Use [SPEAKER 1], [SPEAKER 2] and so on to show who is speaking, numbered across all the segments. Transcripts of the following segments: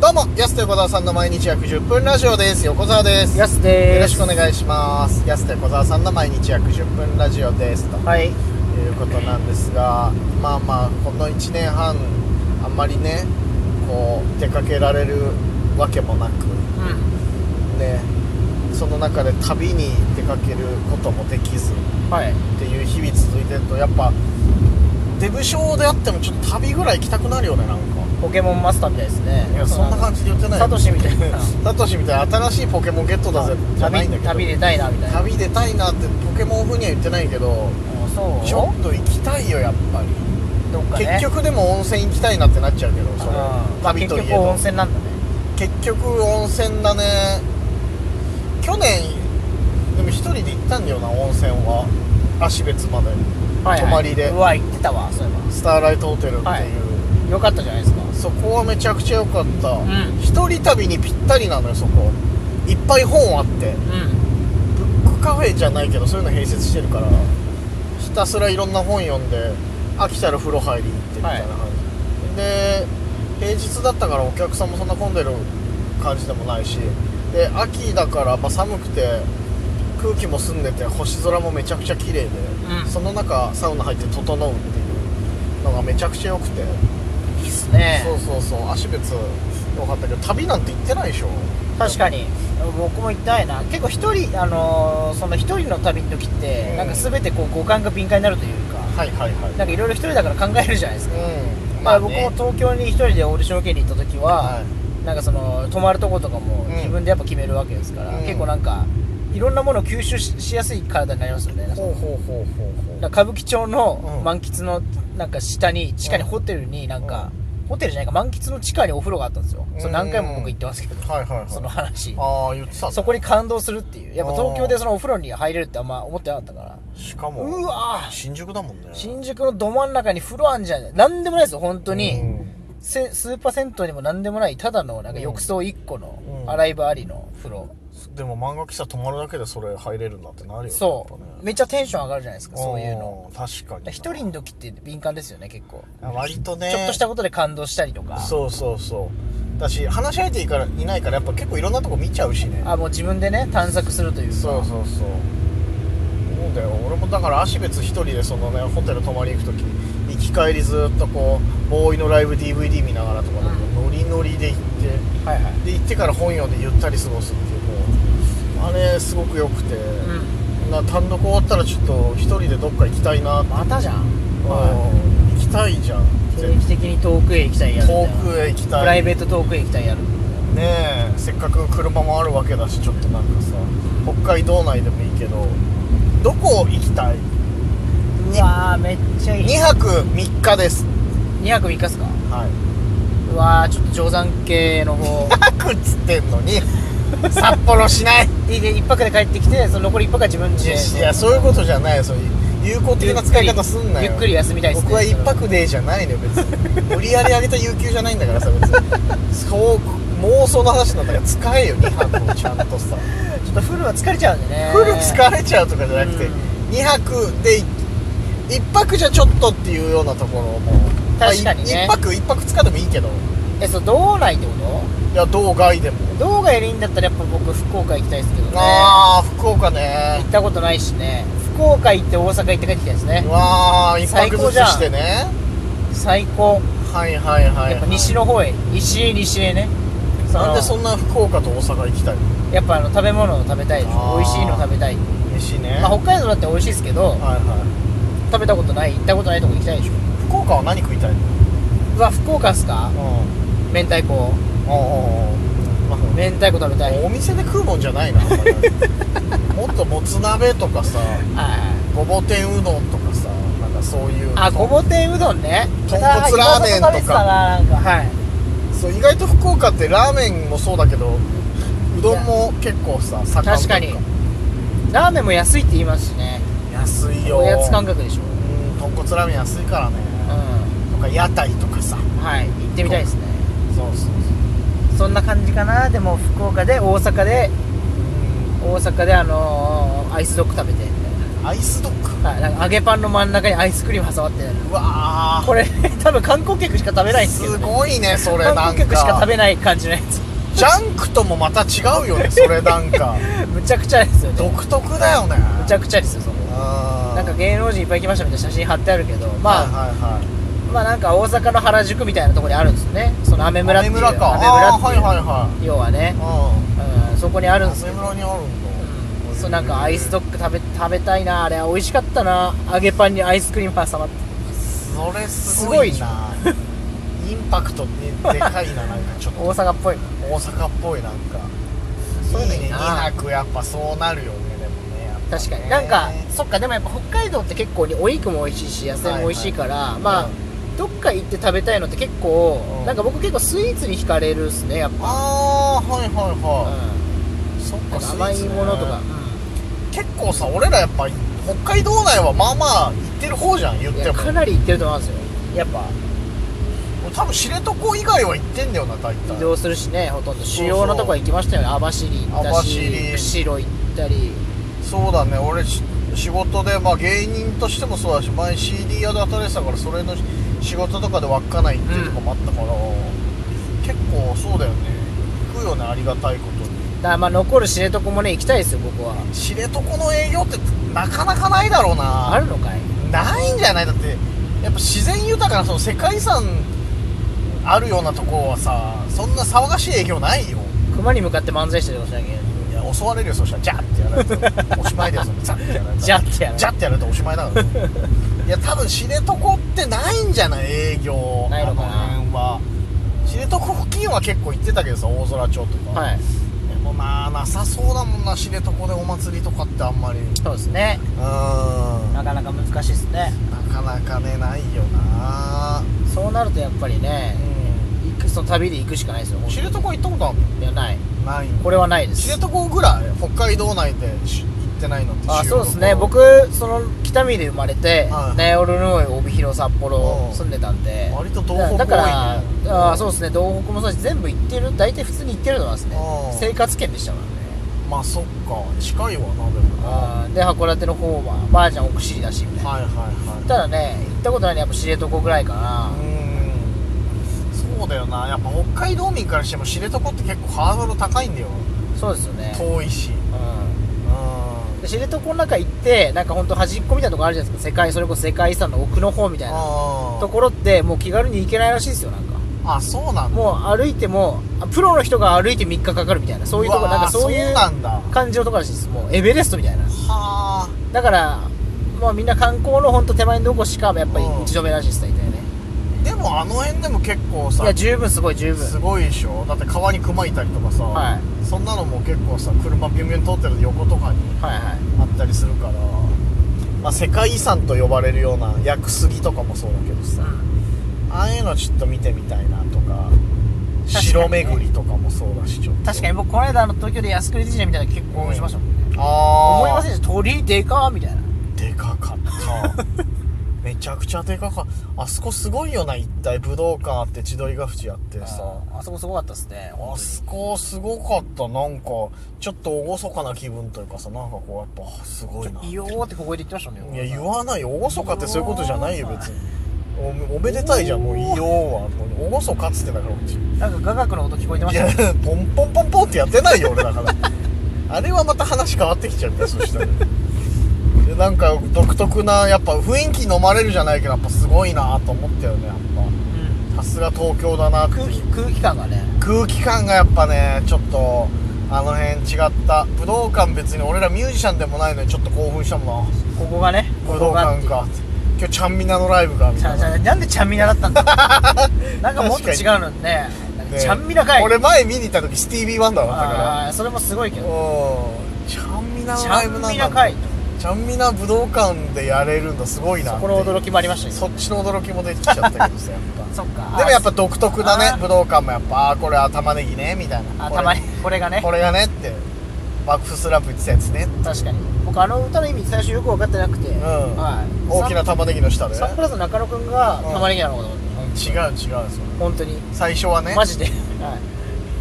[SPEAKER 1] どうも、やすと横澤さんの毎日約10分ラジオです。横澤です。
[SPEAKER 2] やすでーす
[SPEAKER 1] よろしくお願いします。やすと横澤さんの毎日約10分ラジオです。と
[SPEAKER 2] はい
[SPEAKER 1] いうことなんですが、まあまあ、この1年半、あんまりね、こう、出かけられるわけもなく、
[SPEAKER 2] う
[SPEAKER 1] ね、その中で旅に出かけることもできず、
[SPEAKER 2] んはい
[SPEAKER 1] っていう日々続いてるとやっぱデブ症であってもちょっと旅ぐらい行きたくなるよねなんか
[SPEAKER 2] ポケモンマスターみたいですね
[SPEAKER 1] いやそんな感じで言ってない
[SPEAKER 2] サトシみたい な
[SPEAKER 1] サトシみたいな新しいポケモンゲットだぜじゃない
[SPEAKER 2] 旅
[SPEAKER 1] んだけど
[SPEAKER 2] 旅出たいなみたいな
[SPEAKER 1] 旅出たいなってポケモン風には言ってないけど
[SPEAKER 2] あそう
[SPEAKER 1] ちょっと行きたいよやっぱり、
[SPEAKER 2] どっかね
[SPEAKER 1] 結局でも温泉行きたいなってなっちゃうけどそれ
[SPEAKER 2] うんまあ
[SPEAKER 1] 旅
[SPEAKER 2] 結
[SPEAKER 1] といえ
[SPEAKER 2] 局
[SPEAKER 1] ど
[SPEAKER 2] 温泉なんだね
[SPEAKER 1] 結局温泉だね去年でも一人で行ったんだよな温泉は芦別まで
[SPEAKER 2] はいはい
[SPEAKER 1] 泊まりで
[SPEAKER 2] うわ行ってたわそういえ
[SPEAKER 1] スターライトホテルっていう、
[SPEAKER 2] はいばよかったじゃないですか
[SPEAKER 1] そこはめちゃくちゃ良かった、
[SPEAKER 2] ん
[SPEAKER 1] 一人旅にぴったりなのよそこいっぱい本あって
[SPEAKER 2] う
[SPEAKER 1] ブックカフェじゃないけどそういうの併設してるからひたすらいろんな本読んで飽きたら風呂入り行ってみたいな感じ、で平日だったからお客さんもそんな混んでる感じでもないしで秋だからやっぱ寒くて空気も澄んでて星空もめちゃくちゃ綺麗で、
[SPEAKER 2] うん
[SPEAKER 1] その中サウナ入って整うっていうのがめちゃくちゃ良くて
[SPEAKER 2] んいいっすね
[SPEAKER 1] そうそうそう足別よかったけど旅なんて行ってないでしょ
[SPEAKER 2] 確かに僕も行きたいな結構一人あのーその一人の旅の時って、
[SPEAKER 1] うん
[SPEAKER 2] なんか全てこう五感が敏感になるというか
[SPEAKER 1] はいはいはい
[SPEAKER 2] なんかいろいろ一人だから考えるじゃないですか、
[SPEAKER 1] うん
[SPEAKER 2] まあ、
[SPEAKER 1] ね
[SPEAKER 2] 僕も東京に一人でオーディション受けに行った時は、
[SPEAKER 1] は
[SPEAKER 2] なんかその泊まるとことかも
[SPEAKER 1] うん
[SPEAKER 2] 自分でやっぱ決めるわけですから、
[SPEAKER 1] うん
[SPEAKER 2] 結構なんかいろんなものを吸収ししやすい体になりますよね
[SPEAKER 1] ほうほうほうほうほ
[SPEAKER 2] なんか歌舞伎町
[SPEAKER 1] う
[SPEAKER 2] の
[SPEAKER 1] ん
[SPEAKER 2] 満喫のなんか下に地下にホテルになんか、ホテルじゃないか満喫の地下にお風呂があったんですよ、
[SPEAKER 1] うん
[SPEAKER 2] それ何回も僕言ってますけど、
[SPEAKER 1] うはいはいはい
[SPEAKER 2] その話
[SPEAKER 1] ああ言ってた
[SPEAKER 2] そこに感動するっていうやっぱ
[SPEAKER 1] あー
[SPEAKER 2] 東京でそのお風呂に入れるってあんま思ってなかったから
[SPEAKER 1] しかも
[SPEAKER 2] うわー
[SPEAKER 1] 新宿だもんね
[SPEAKER 2] 新宿のど真ん中に風呂あんじゃんなんでもないですよ本当に、
[SPEAKER 1] うん
[SPEAKER 2] せスーパー銭湯にもなんでもないただのなんか浴槽1個の
[SPEAKER 1] うん
[SPEAKER 2] 洗い場ありの風呂、
[SPEAKER 1] でも漫画喫茶泊まるだけでそれ入れるんだってなるよね
[SPEAKER 2] そ
[SPEAKER 1] やっぱ
[SPEAKER 2] う
[SPEAKER 1] ね
[SPEAKER 2] めっちゃテンション上がるじゃないですかそういうの
[SPEAKER 1] うん確かにな
[SPEAKER 2] 一人の時って敏感ですよね結構、
[SPEAKER 1] 割とね
[SPEAKER 2] ちょっとしたことで感動したりとか
[SPEAKER 1] そうそうそうだし話し相手いからいないからやっぱ結構いろんなとこ見ちゃうしね
[SPEAKER 2] あもう自分でね探索するというか
[SPEAKER 1] そうそうそうそうだよ俺もだから芦別一人でそのねホテル泊まり行く時行き帰りずっとこうボーイのライブ DVD 見ながらとかだと
[SPEAKER 2] うん
[SPEAKER 1] ノリノリで行っ
[SPEAKER 2] はいはい、
[SPEAKER 1] てで行ってから本読んでゆったり過ごすっていうもうあれすごく良くて、
[SPEAKER 2] うん、
[SPEAKER 1] な単独終わったらちょっと一人でどっか行きたいなって、
[SPEAKER 2] またじゃん、は
[SPEAKER 1] うん行きたいじゃん
[SPEAKER 2] い、定期的に遠くへ行きたいやるみたい
[SPEAKER 1] 遠
[SPEAKER 2] な
[SPEAKER 1] くへ行きたい
[SPEAKER 2] プライベート遠くへ行きたいやる
[SPEAKER 1] ねえせっかく車もあるわけだしちょっとなんかさ北海道内でもいいけどどこ行きたいう
[SPEAKER 2] わーめっちゃいい
[SPEAKER 1] 2泊3日です
[SPEAKER 2] 2泊3日っすか
[SPEAKER 1] はいう
[SPEAKER 2] わーちょっと定山系の 方
[SPEAKER 1] 2泊っつってんのに札幌しない
[SPEAKER 2] いいで1泊で帰ってきてその残り1泊は自分
[SPEAKER 1] い
[SPEAKER 2] ち
[SPEAKER 1] や
[SPEAKER 2] で
[SPEAKER 1] いやそういうことじゃないよそういう有効的な使い方すんなよ
[SPEAKER 2] ゆっくり休みたいっすね
[SPEAKER 1] 僕は1泊でじゃないのよ別に無理やり上げた有給じゃないんだからさ別にそう妄想の話なんだから使えよ2泊をちゃんとさ
[SPEAKER 2] ちょっとフルは疲れちゃうんでね
[SPEAKER 1] フル疲れちゃうとかじゃなくて、
[SPEAKER 2] うん
[SPEAKER 1] 2泊で1泊じゃちょっとっていうようなところも
[SPEAKER 2] 確かにね
[SPEAKER 1] 1泊1泊使ってもいいけど
[SPEAKER 2] えそう道内ってこ
[SPEAKER 1] いや道外でも、
[SPEAKER 2] と道外でいいんだったらやっぱ僕福岡行きたいですけどね行
[SPEAKER 1] ああ福岡ね
[SPEAKER 2] ったことないしね福岡行って大阪行って帰ってきたいですね
[SPEAKER 1] うわあ1
[SPEAKER 2] 最
[SPEAKER 1] 泊
[SPEAKER 2] 高
[SPEAKER 1] ずつ
[SPEAKER 2] じゃん
[SPEAKER 1] してね
[SPEAKER 2] 最高
[SPEAKER 1] はいはいはい、はい、
[SPEAKER 2] やっぱ西の方へ西へ西へねその
[SPEAKER 1] なんでそんな福岡と大阪行きたいの
[SPEAKER 2] やっぱあの食べ物を食べたいです
[SPEAKER 1] あー
[SPEAKER 2] 美味しいの食べたい、
[SPEAKER 1] 飯ね、
[SPEAKER 2] まあ、北海道だって美味しいですけど
[SPEAKER 1] はいはい
[SPEAKER 2] 食べたことない行ったことないとこ行きたいでしょ
[SPEAKER 1] 福岡は何食いたいの
[SPEAKER 2] うわ福岡っすか
[SPEAKER 1] うん
[SPEAKER 2] 明太子
[SPEAKER 1] おうおうおうまあ
[SPEAKER 2] 明太子食べたいはい
[SPEAKER 1] お店で食うもんじゃないなあんまりもっともつ鍋とかさごぼ天うどんとかさなんかそういう
[SPEAKER 2] あごぼ天うどんね
[SPEAKER 1] 豚骨ラーメンとか
[SPEAKER 2] 食べてたななんかはい
[SPEAKER 1] そう意外と福岡ってラーメンもそうだけどうどんも結構さ盛んという
[SPEAKER 2] 確かにラーメンも安いって言いますしね
[SPEAKER 1] 安いよ
[SPEAKER 2] おやつ感覚でしょ
[SPEAKER 1] うん豚骨ラーメン安いからね
[SPEAKER 2] うんは
[SPEAKER 1] とか屋台とかさ
[SPEAKER 2] い行ってみたいですね
[SPEAKER 1] そうそうそう
[SPEAKER 2] そんな感じかなでも福岡で大阪で
[SPEAKER 1] うん
[SPEAKER 2] 大阪であのーアイスドッグ食べてみたいな
[SPEAKER 1] アイスドッグ
[SPEAKER 2] はい、なんか揚げパンの真ん中にアイスクリーム挟まって
[SPEAKER 1] うわー
[SPEAKER 2] これ 多分観光客しか食べないんですけど、
[SPEAKER 1] す
[SPEAKER 2] ね、
[SPEAKER 1] ごいねそれなん
[SPEAKER 2] 観光客しか食
[SPEAKER 1] か
[SPEAKER 2] べない感じのやつ
[SPEAKER 1] ジャンクともまた違うよねそれなんか
[SPEAKER 2] むちゃくちゃですよね
[SPEAKER 1] 独特だよね
[SPEAKER 2] むちゃくちゃですよそこ
[SPEAKER 1] あー
[SPEAKER 2] なんか芸能人いっぱい来ましたみたいな写真貼ってあるけどま
[SPEAKER 1] は
[SPEAKER 2] あ、
[SPEAKER 1] いはいはい
[SPEAKER 2] まあなんか大阪の原宿みたいなところにあるんですよねそのアメ村っていう
[SPEAKER 1] 雨村か
[SPEAKER 2] アメ
[SPEAKER 1] ああ
[SPEAKER 2] 村って
[SPEAKER 1] はい
[SPEAKER 2] いう、
[SPEAKER 1] はいはい
[SPEAKER 2] 要はね、
[SPEAKER 1] う
[SPEAKER 2] うん、そこにある
[SPEAKER 1] ん
[SPEAKER 2] んです
[SPEAKER 1] 雨
[SPEAKER 2] よ
[SPEAKER 1] 村にあるんだ
[SPEAKER 2] そうなんかアイスドッグ食べ食べたいなあれ美味しかったな揚げパンにアイスクリーム挟まって
[SPEAKER 1] それすごい
[SPEAKER 2] す
[SPEAKER 1] なインパクトってでかいななん かちょっと
[SPEAKER 2] 大阪っぽい
[SPEAKER 1] 大阪っぽいなんか
[SPEAKER 2] そういうのいい
[SPEAKER 1] ね
[SPEAKER 2] な
[SPEAKER 1] くやっぱそうなるよねでもねやっぱね
[SPEAKER 2] 確かになんかそっかでもやっぱ北海道って結構お肉も美味しいし野菜も美味しいから、まあ、
[SPEAKER 1] うん
[SPEAKER 2] どっか行って食べたいのって結構、
[SPEAKER 1] うん
[SPEAKER 2] なんか僕結構スイーツに惹かれるっすねやっぱ、
[SPEAKER 1] ああはいはいは
[SPEAKER 2] う
[SPEAKER 1] い、そっ
[SPEAKER 2] ん、な
[SPEAKER 1] か
[SPEAKER 2] んか甘いものとか、
[SPEAKER 1] 結構さ俺らやっぱ北海道内はまあまあ行ってる方じゃん言っ
[SPEAKER 2] うんい
[SPEAKER 1] て
[SPEAKER 2] や
[SPEAKER 1] も
[SPEAKER 2] かなり行ってると思うんですよ
[SPEAKER 1] やっぱ俺多分知床以外は行ってんだよな大
[SPEAKER 2] 移
[SPEAKER 1] 体
[SPEAKER 2] 動するしねほとんど主要なとこは行きましたよね網走行ったし
[SPEAKER 1] 網走
[SPEAKER 2] 釧路行ったり
[SPEAKER 1] そうだね俺し仕事で、まあ、芸人としてもそうだし前 CD 屋で働いてたからそれの仕事とかで稚内行ってとかもあったから、結構そうだよね行くよねありがたいことに
[SPEAKER 2] だからまあ残る知床もね行きたいですよ僕は
[SPEAKER 1] 知床の営業ってなかなかないだろうな
[SPEAKER 2] あるのかい
[SPEAKER 1] ないんじゃないだってやっぱ自然豊かなその世界遺産あるようなとこはさそんな騒がしい営業ないよ
[SPEAKER 2] 熊に向かって漫才してるかもしれないけど
[SPEAKER 1] いや襲われるよそしたらジャッってやられるとおしまいだよそのジャッってやられたら
[SPEAKER 2] ジャッてやる
[SPEAKER 1] ジャッてやるとおしまいだからねいや多分知床ってないんじゃない営業
[SPEAKER 2] ないのかな
[SPEAKER 1] あ辺は知床付近は結構行ってたけどさ大空町とか、
[SPEAKER 2] はい
[SPEAKER 1] でもななさそうだもんな知床でお祭りとかってあんまりう
[SPEAKER 2] そうですね
[SPEAKER 1] ーんな
[SPEAKER 2] なかなか難しいですね
[SPEAKER 1] かなかねないよな
[SPEAKER 2] そうなるとやっぱりね行くその旅で行くしかないですよ本当
[SPEAKER 1] 知
[SPEAKER 2] に
[SPEAKER 1] 床行ったことある
[SPEAKER 2] いやない
[SPEAKER 1] のない
[SPEAKER 2] これはないで
[SPEAKER 1] 知
[SPEAKER 2] す
[SPEAKER 1] 床ぐらい北海道内でし行ってないのって
[SPEAKER 2] あ
[SPEAKER 1] 知床
[SPEAKER 2] そうですね僕その北見で生まれて
[SPEAKER 1] はい
[SPEAKER 2] 名寄の帯広札幌
[SPEAKER 1] うん
[SPEAKER 2] 住んでたんで
[SPEAKER 1] 割と東北
[SPEAKER 2] だから
[SPEAKER 1] 多いね
[SPEAKER 2] あそうですね東北もそうだし全部行ってる大体普通に行ってると思いますね
[SPEAKER 1] うん
[SPEAKER 2] 生活圏でしたからね
[SPEAKER 1] まあそっか近いわなでもなは
[SPEAKER 2] あーで函館の方はばあちゃん奥尻だしみ
[SPEAKER 1] い
[SPEAKER 2] たいな
[SPEAKER 1] はいはい
[SPEAKER 2] ただね行ったことないのやっぱ知床ぐらいかな
[SPEAKER 1] うんそうだよなやっぱ北海道民からしても知床って結構ハードル高いんだよ
[SPEAKER 2] そうですよね
[SPEAKER 1] 遠いし
[SPEAKER 2] う
[SPEAKER 1] うん
[SPEAKER 2] んで知床の中行ってなんかほんと端っこみたいなとこあるじゃないですか世界それこそ世界遺産の奥の方みたいな
[SPEAKER 1] あ
[SPEAKER 2] ところってもう気軽に行けないらしいですよなんか
[SPEAKER 1] あそうなんだ
[SPEAKER 2] もう歩いてもあプロの人が歩いて3日かかるみたいなそういうとこ
[SPEAKER 1] わー
[SPEAKER 2] なんかそういう
[SPEAKER 1] なんだは
[SPEAKER 2] 感じのとこらしいですもうエベレストみたいな
[SPEAKER 1] あ
[SPEAKER 2] だからもうみんな観光のほんと手前のとこしかやっぱり
[SPEAKER 1] うん
[SPEAKER 2] 一度目らしいです大体ね
[SPEAKER 1] でもあの辺でも結構
[SPEAKER 2] い
[SPEAKER 1] さ
[SPEAKER 2] や十分すごい十分
[SPEAKER 1] すごいでしょだって川に熊いたりとかさ、
[SPEAKER 2] は
[SPEAKER 1] そんなのも結構さ車ビュンビュン通ってる横とかに
[SPEAKER 2] はいはい
[SPEAKER 1] あったりするから、まあ、世界遺産と呼ばれるような屋久杉とかもそうだけどさああいうのちょっと見てみたいなとか城巡りとかもそうだしちょっと
[SPEAKER 2] 確かに僕この間あの東京で靖国神社みたいなの結構応援しましたもんね、
[SPEAKER 1] ああ
[SPEAKER 2] 思いませんでした鳥居でかーみたいな
[SPEAKER 1] でかかった めちゃくちゃでかかったあそこすごいよな一体武道館あって千鳥ヶ淵あってさ
[SPEAKER 2] あそこすごかったですね
[SPEAKER 1] あそこすごかったなんかちょっと厳かな気分というかさなんかこうやっぱすごいない
[SPEAKER 2] いよーって小声で言ってましたね
[SPEAKER 1] いや言わないよ厳かってそういうことじゃないよ別におおめでたいじゃんもういいよはもう厳かっつってだから こっち
[SPEAKER 2] なんか雅楽の音聞こえてま
[SPEAKER 1] い
[SPEAKER 2] した
[SPEAKER 1] や
[SPEAKER 2] ね
[SPEAKER 1] ポンポンポンポンってやってないよ俺だからあれはまた話変わってきちゃうねそしたらでなんか独特なやっぱ雰囲気飲まれるじゃないけどやっぱすごいなと思ったよねやっ
[SPEAKER 2] うん
[SPEAKER 1] ぱさすが東京だなって
[SPEAKER 2] 空気空気感がね
[SPEAKER 1] 空気感がやっぱねちょっとあの辺違った武道館別に俺らミュージシャンでもないのにちょっと興奮したもん
[SPEAKER 2] ここがね
[SPEAKER 1] な武
[SPEAKER 2] ここ
[SPEAKER 1] 道
[SPEAKER 2] が
[SPEAKER 1] 館
[SPEAKER 2] っていう
[SPEAKER 1] か今日ちゃんみなのライブかみ
[SPEAKER 2] ち
[SPEAKER 1] た
[SPEAKER 2] ゃ
[SPEAKER 1] い
[SPEAKER 2] ち
[SPEAKER 1] な
[SPEAKER 2] ゃなんでちゃんみなだったん だなんかもっと違うのねなんか
[SPEAKER 1] ね
[SPEAKER 2] ちゃんみなかい
[SPEAKER 1] 俺前見に行った時スティービー・ワンダーだったから
[SPEAKER 2] あーそれもすごいけど
[SPEAKER 1] うんちゃんみなの
[SPEAKER 2] ち
[SPEAKER 1] ラ
[SPEAKER 2] ゃ
[SPEAKER 1] イブ
[SPEAKER 2] ん
[SPEAKER 1] な
[SPEAKER 2] み
[SPEAKER 1] んだ
[SPEAKER 2] なかい
[SPEAKER 1] ちゃんみな武道館でやれるんだすごいな
[SPEAKER 2] そ
[SPEAKER 1] って
[SPEAKER 2] この驚きもありましたけ
[SPEAKER 1] そっちの驚きも出てきちゃったけどさやっ
[SPEAKER 2] どそっ
[SPEAKER 1] ぱ
[SPEAKER 2] か
[SPEAKER 1] でもやっぱ
[SPEAKER 2] あ
[SPEAKER 1] 独特だ
[SPEAKER 2] あ
[SPEAKER 1] ね武道館もやっぱあーこれは玉ねぎねみたいな
[SPEAKER 2] あ
[SPEAKER 1] これ
[SPEAKER 2] たまにこれがね
[SPEAKER 1] これがねってバックスラップ言ってたやつね
[SPEAKER 2] 確かに僕あの歌の意味最初よく分かってなくて、はい、
[SPEAKER 1] 大きな玉ねぎの下で違う
[SPEAKER 2] サンプラザ中野くんが玉ねぎなのかと思って、
[SPEAKER 1] 違うそれ
[SPEAKER 2] 本当に
[SPEAKER 1] 最初はね
[SPEAKER 2] マジで、は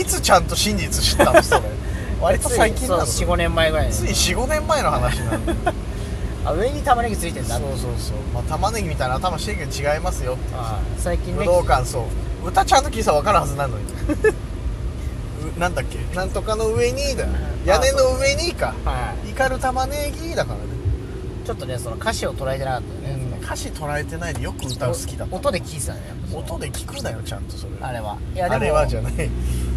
[SPEAKER 2] い
[SPEAKER 1] つちゃんと真実知 ったのそれ
[SPEAKER 2] い、
[SPEAKER 1] 割と最近なの
[SPEAKER 2] 45年前ぐらい
[SPEAKER 1] つい45年前の話なんだよ
[SPEAKER 2] あ上に玉ねぎついてんだ
[SPEAKER 1] そうそうそうまあ玉ねぎみたいな頭してるけど違いますよって
[SPEAKER 2] ああ最近
[SPEAKER 1] 武
[SPEAKER 2] ね
[SPEAKER 1] 道館そう歌ちゃんと聞いたら分かるはずなのにうなんだっけなんとかの上にだ屋根の上にか
[SPEAKER 2] は
[SPEAKER 1] 怒る玉ねぎだからね
[SPEAKER 2] いちょっとねその歌詞を捉えてなかったよね、
[SPEAKER 1] 歌詞捉えてないでよく歌う好きだった
[SPEAKER 2] 音で聴いてたねやっぱその
[SPEAKER 1] 音で聞くなよちゃんとそれ
[SPEAKER 2] あれはいやでも
[SPEAKER 1] あれはじゃない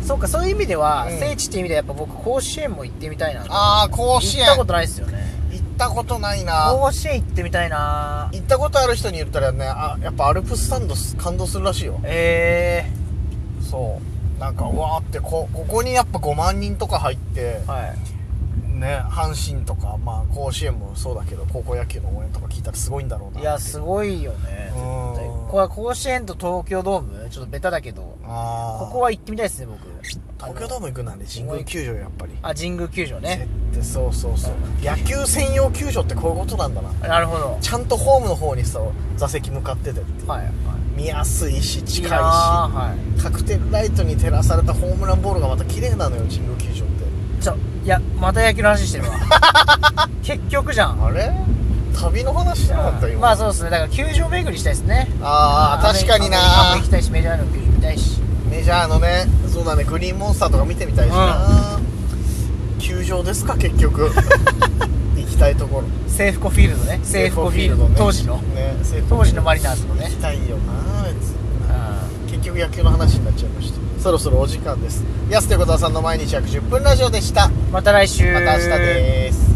[SPEAKER 2] そうかそういう意味では、
[SPEAKER 1] うん
[SPEAKER 2] 聖地っていう意味ではやっぱ僕甲子園も行ってみたいな
[SPEAKER 1] ああ甲子
[SPEAKER 2] 行
[SPEAKER 1] 園
[SPEAKER 2] ったことないですよね
[SPEAKER 1] 行ったことないな
[SPEAKER 2] 甲子園行ってみたいな
[SPEAKER 1] 行ったことある人に言ったらねあやっぱアルプススタンドす感動するらしいよ
[SPEAKER 2] え
[SPEAKER 1] そうなんかうわーってこここにやっぱ5万人とか入って
[SPEAKER 2] えはい
[SPEAKER 1] ね阪神とかまあ甲子園もそうだけど高校野球の応援とか聞いたらすごいんだろうない
[SPEAKER 2] いやすごいよね絶対
[SPEAKER 1] うん
[SPEAKER 2] これは甲子園と東京ドームちょっとベタだけど
[SPEAKER 1] あー
[SPEAKER 2] ここは行ってみたいですね僕
[SPEAKER 1] 東京ドーム行くなんで神宮球場やっぱり
[SPEAKER 2] あ神宮球場ね
[SPEAKER 1] ってそうそうそう野球専用球場ってこういうことなんだな
[SPEAKER 2] なるほど
[SPEAKER 1] ちゃんとホームの方にさ座席向かっててっていう
[SPEAKER 2] はいはい
[SPEAKER 1] 見やすいし近いし
[SPEAKER 2] なあはい
[SPEAKER 1] カクテルライトに照らされたホームランボールがまた綺麗なのよ神宮球場って
[SPEAKER 2] ちょいやまた野球の話して るわ結局じゃん
[SPEAKER 1] あれ旅の話してなかった今
[SPEAKER 2] まあそうですねだから球場巡りしたいですね
[SPEAKER 1] ああ確かに
[SPEAKER 2] アメリカも行
[SPEAKER 1] な
[SPEAKER 2] きたいしメジャーの球場見たいし
[SPEAKER 1] メジャーのねそうだねグリーンモンスターとか見てみたいしな、球場ですか結 局行きたいところ
[SPEAKER 2] セーフコフィールドねセーフコフィールド
[SPEAKER 1] ね
[SPEAKER 2] 当時の
[SPEAKER 1] ねセーフコフ
[SPEAKER 2] 当
[SPEAKER 1] ィー
[SPEAKER 2] 時
[SPEAKER 1] ル
[SPEAKER 2] のマリナーズの
[SPEAKER 1] ド
[SPEAKER 2] ね
[SPEAKER 1] 行きたいよな別に
[SPEAKER 2] う
[SPEAKER 1] 結局野球の話になっちゃいましたそろそろお時間です安手小沢さんの毎日約10分ラジオでした
[SPEAKER 2] んまた来週
[SPEAKER 1] また明日です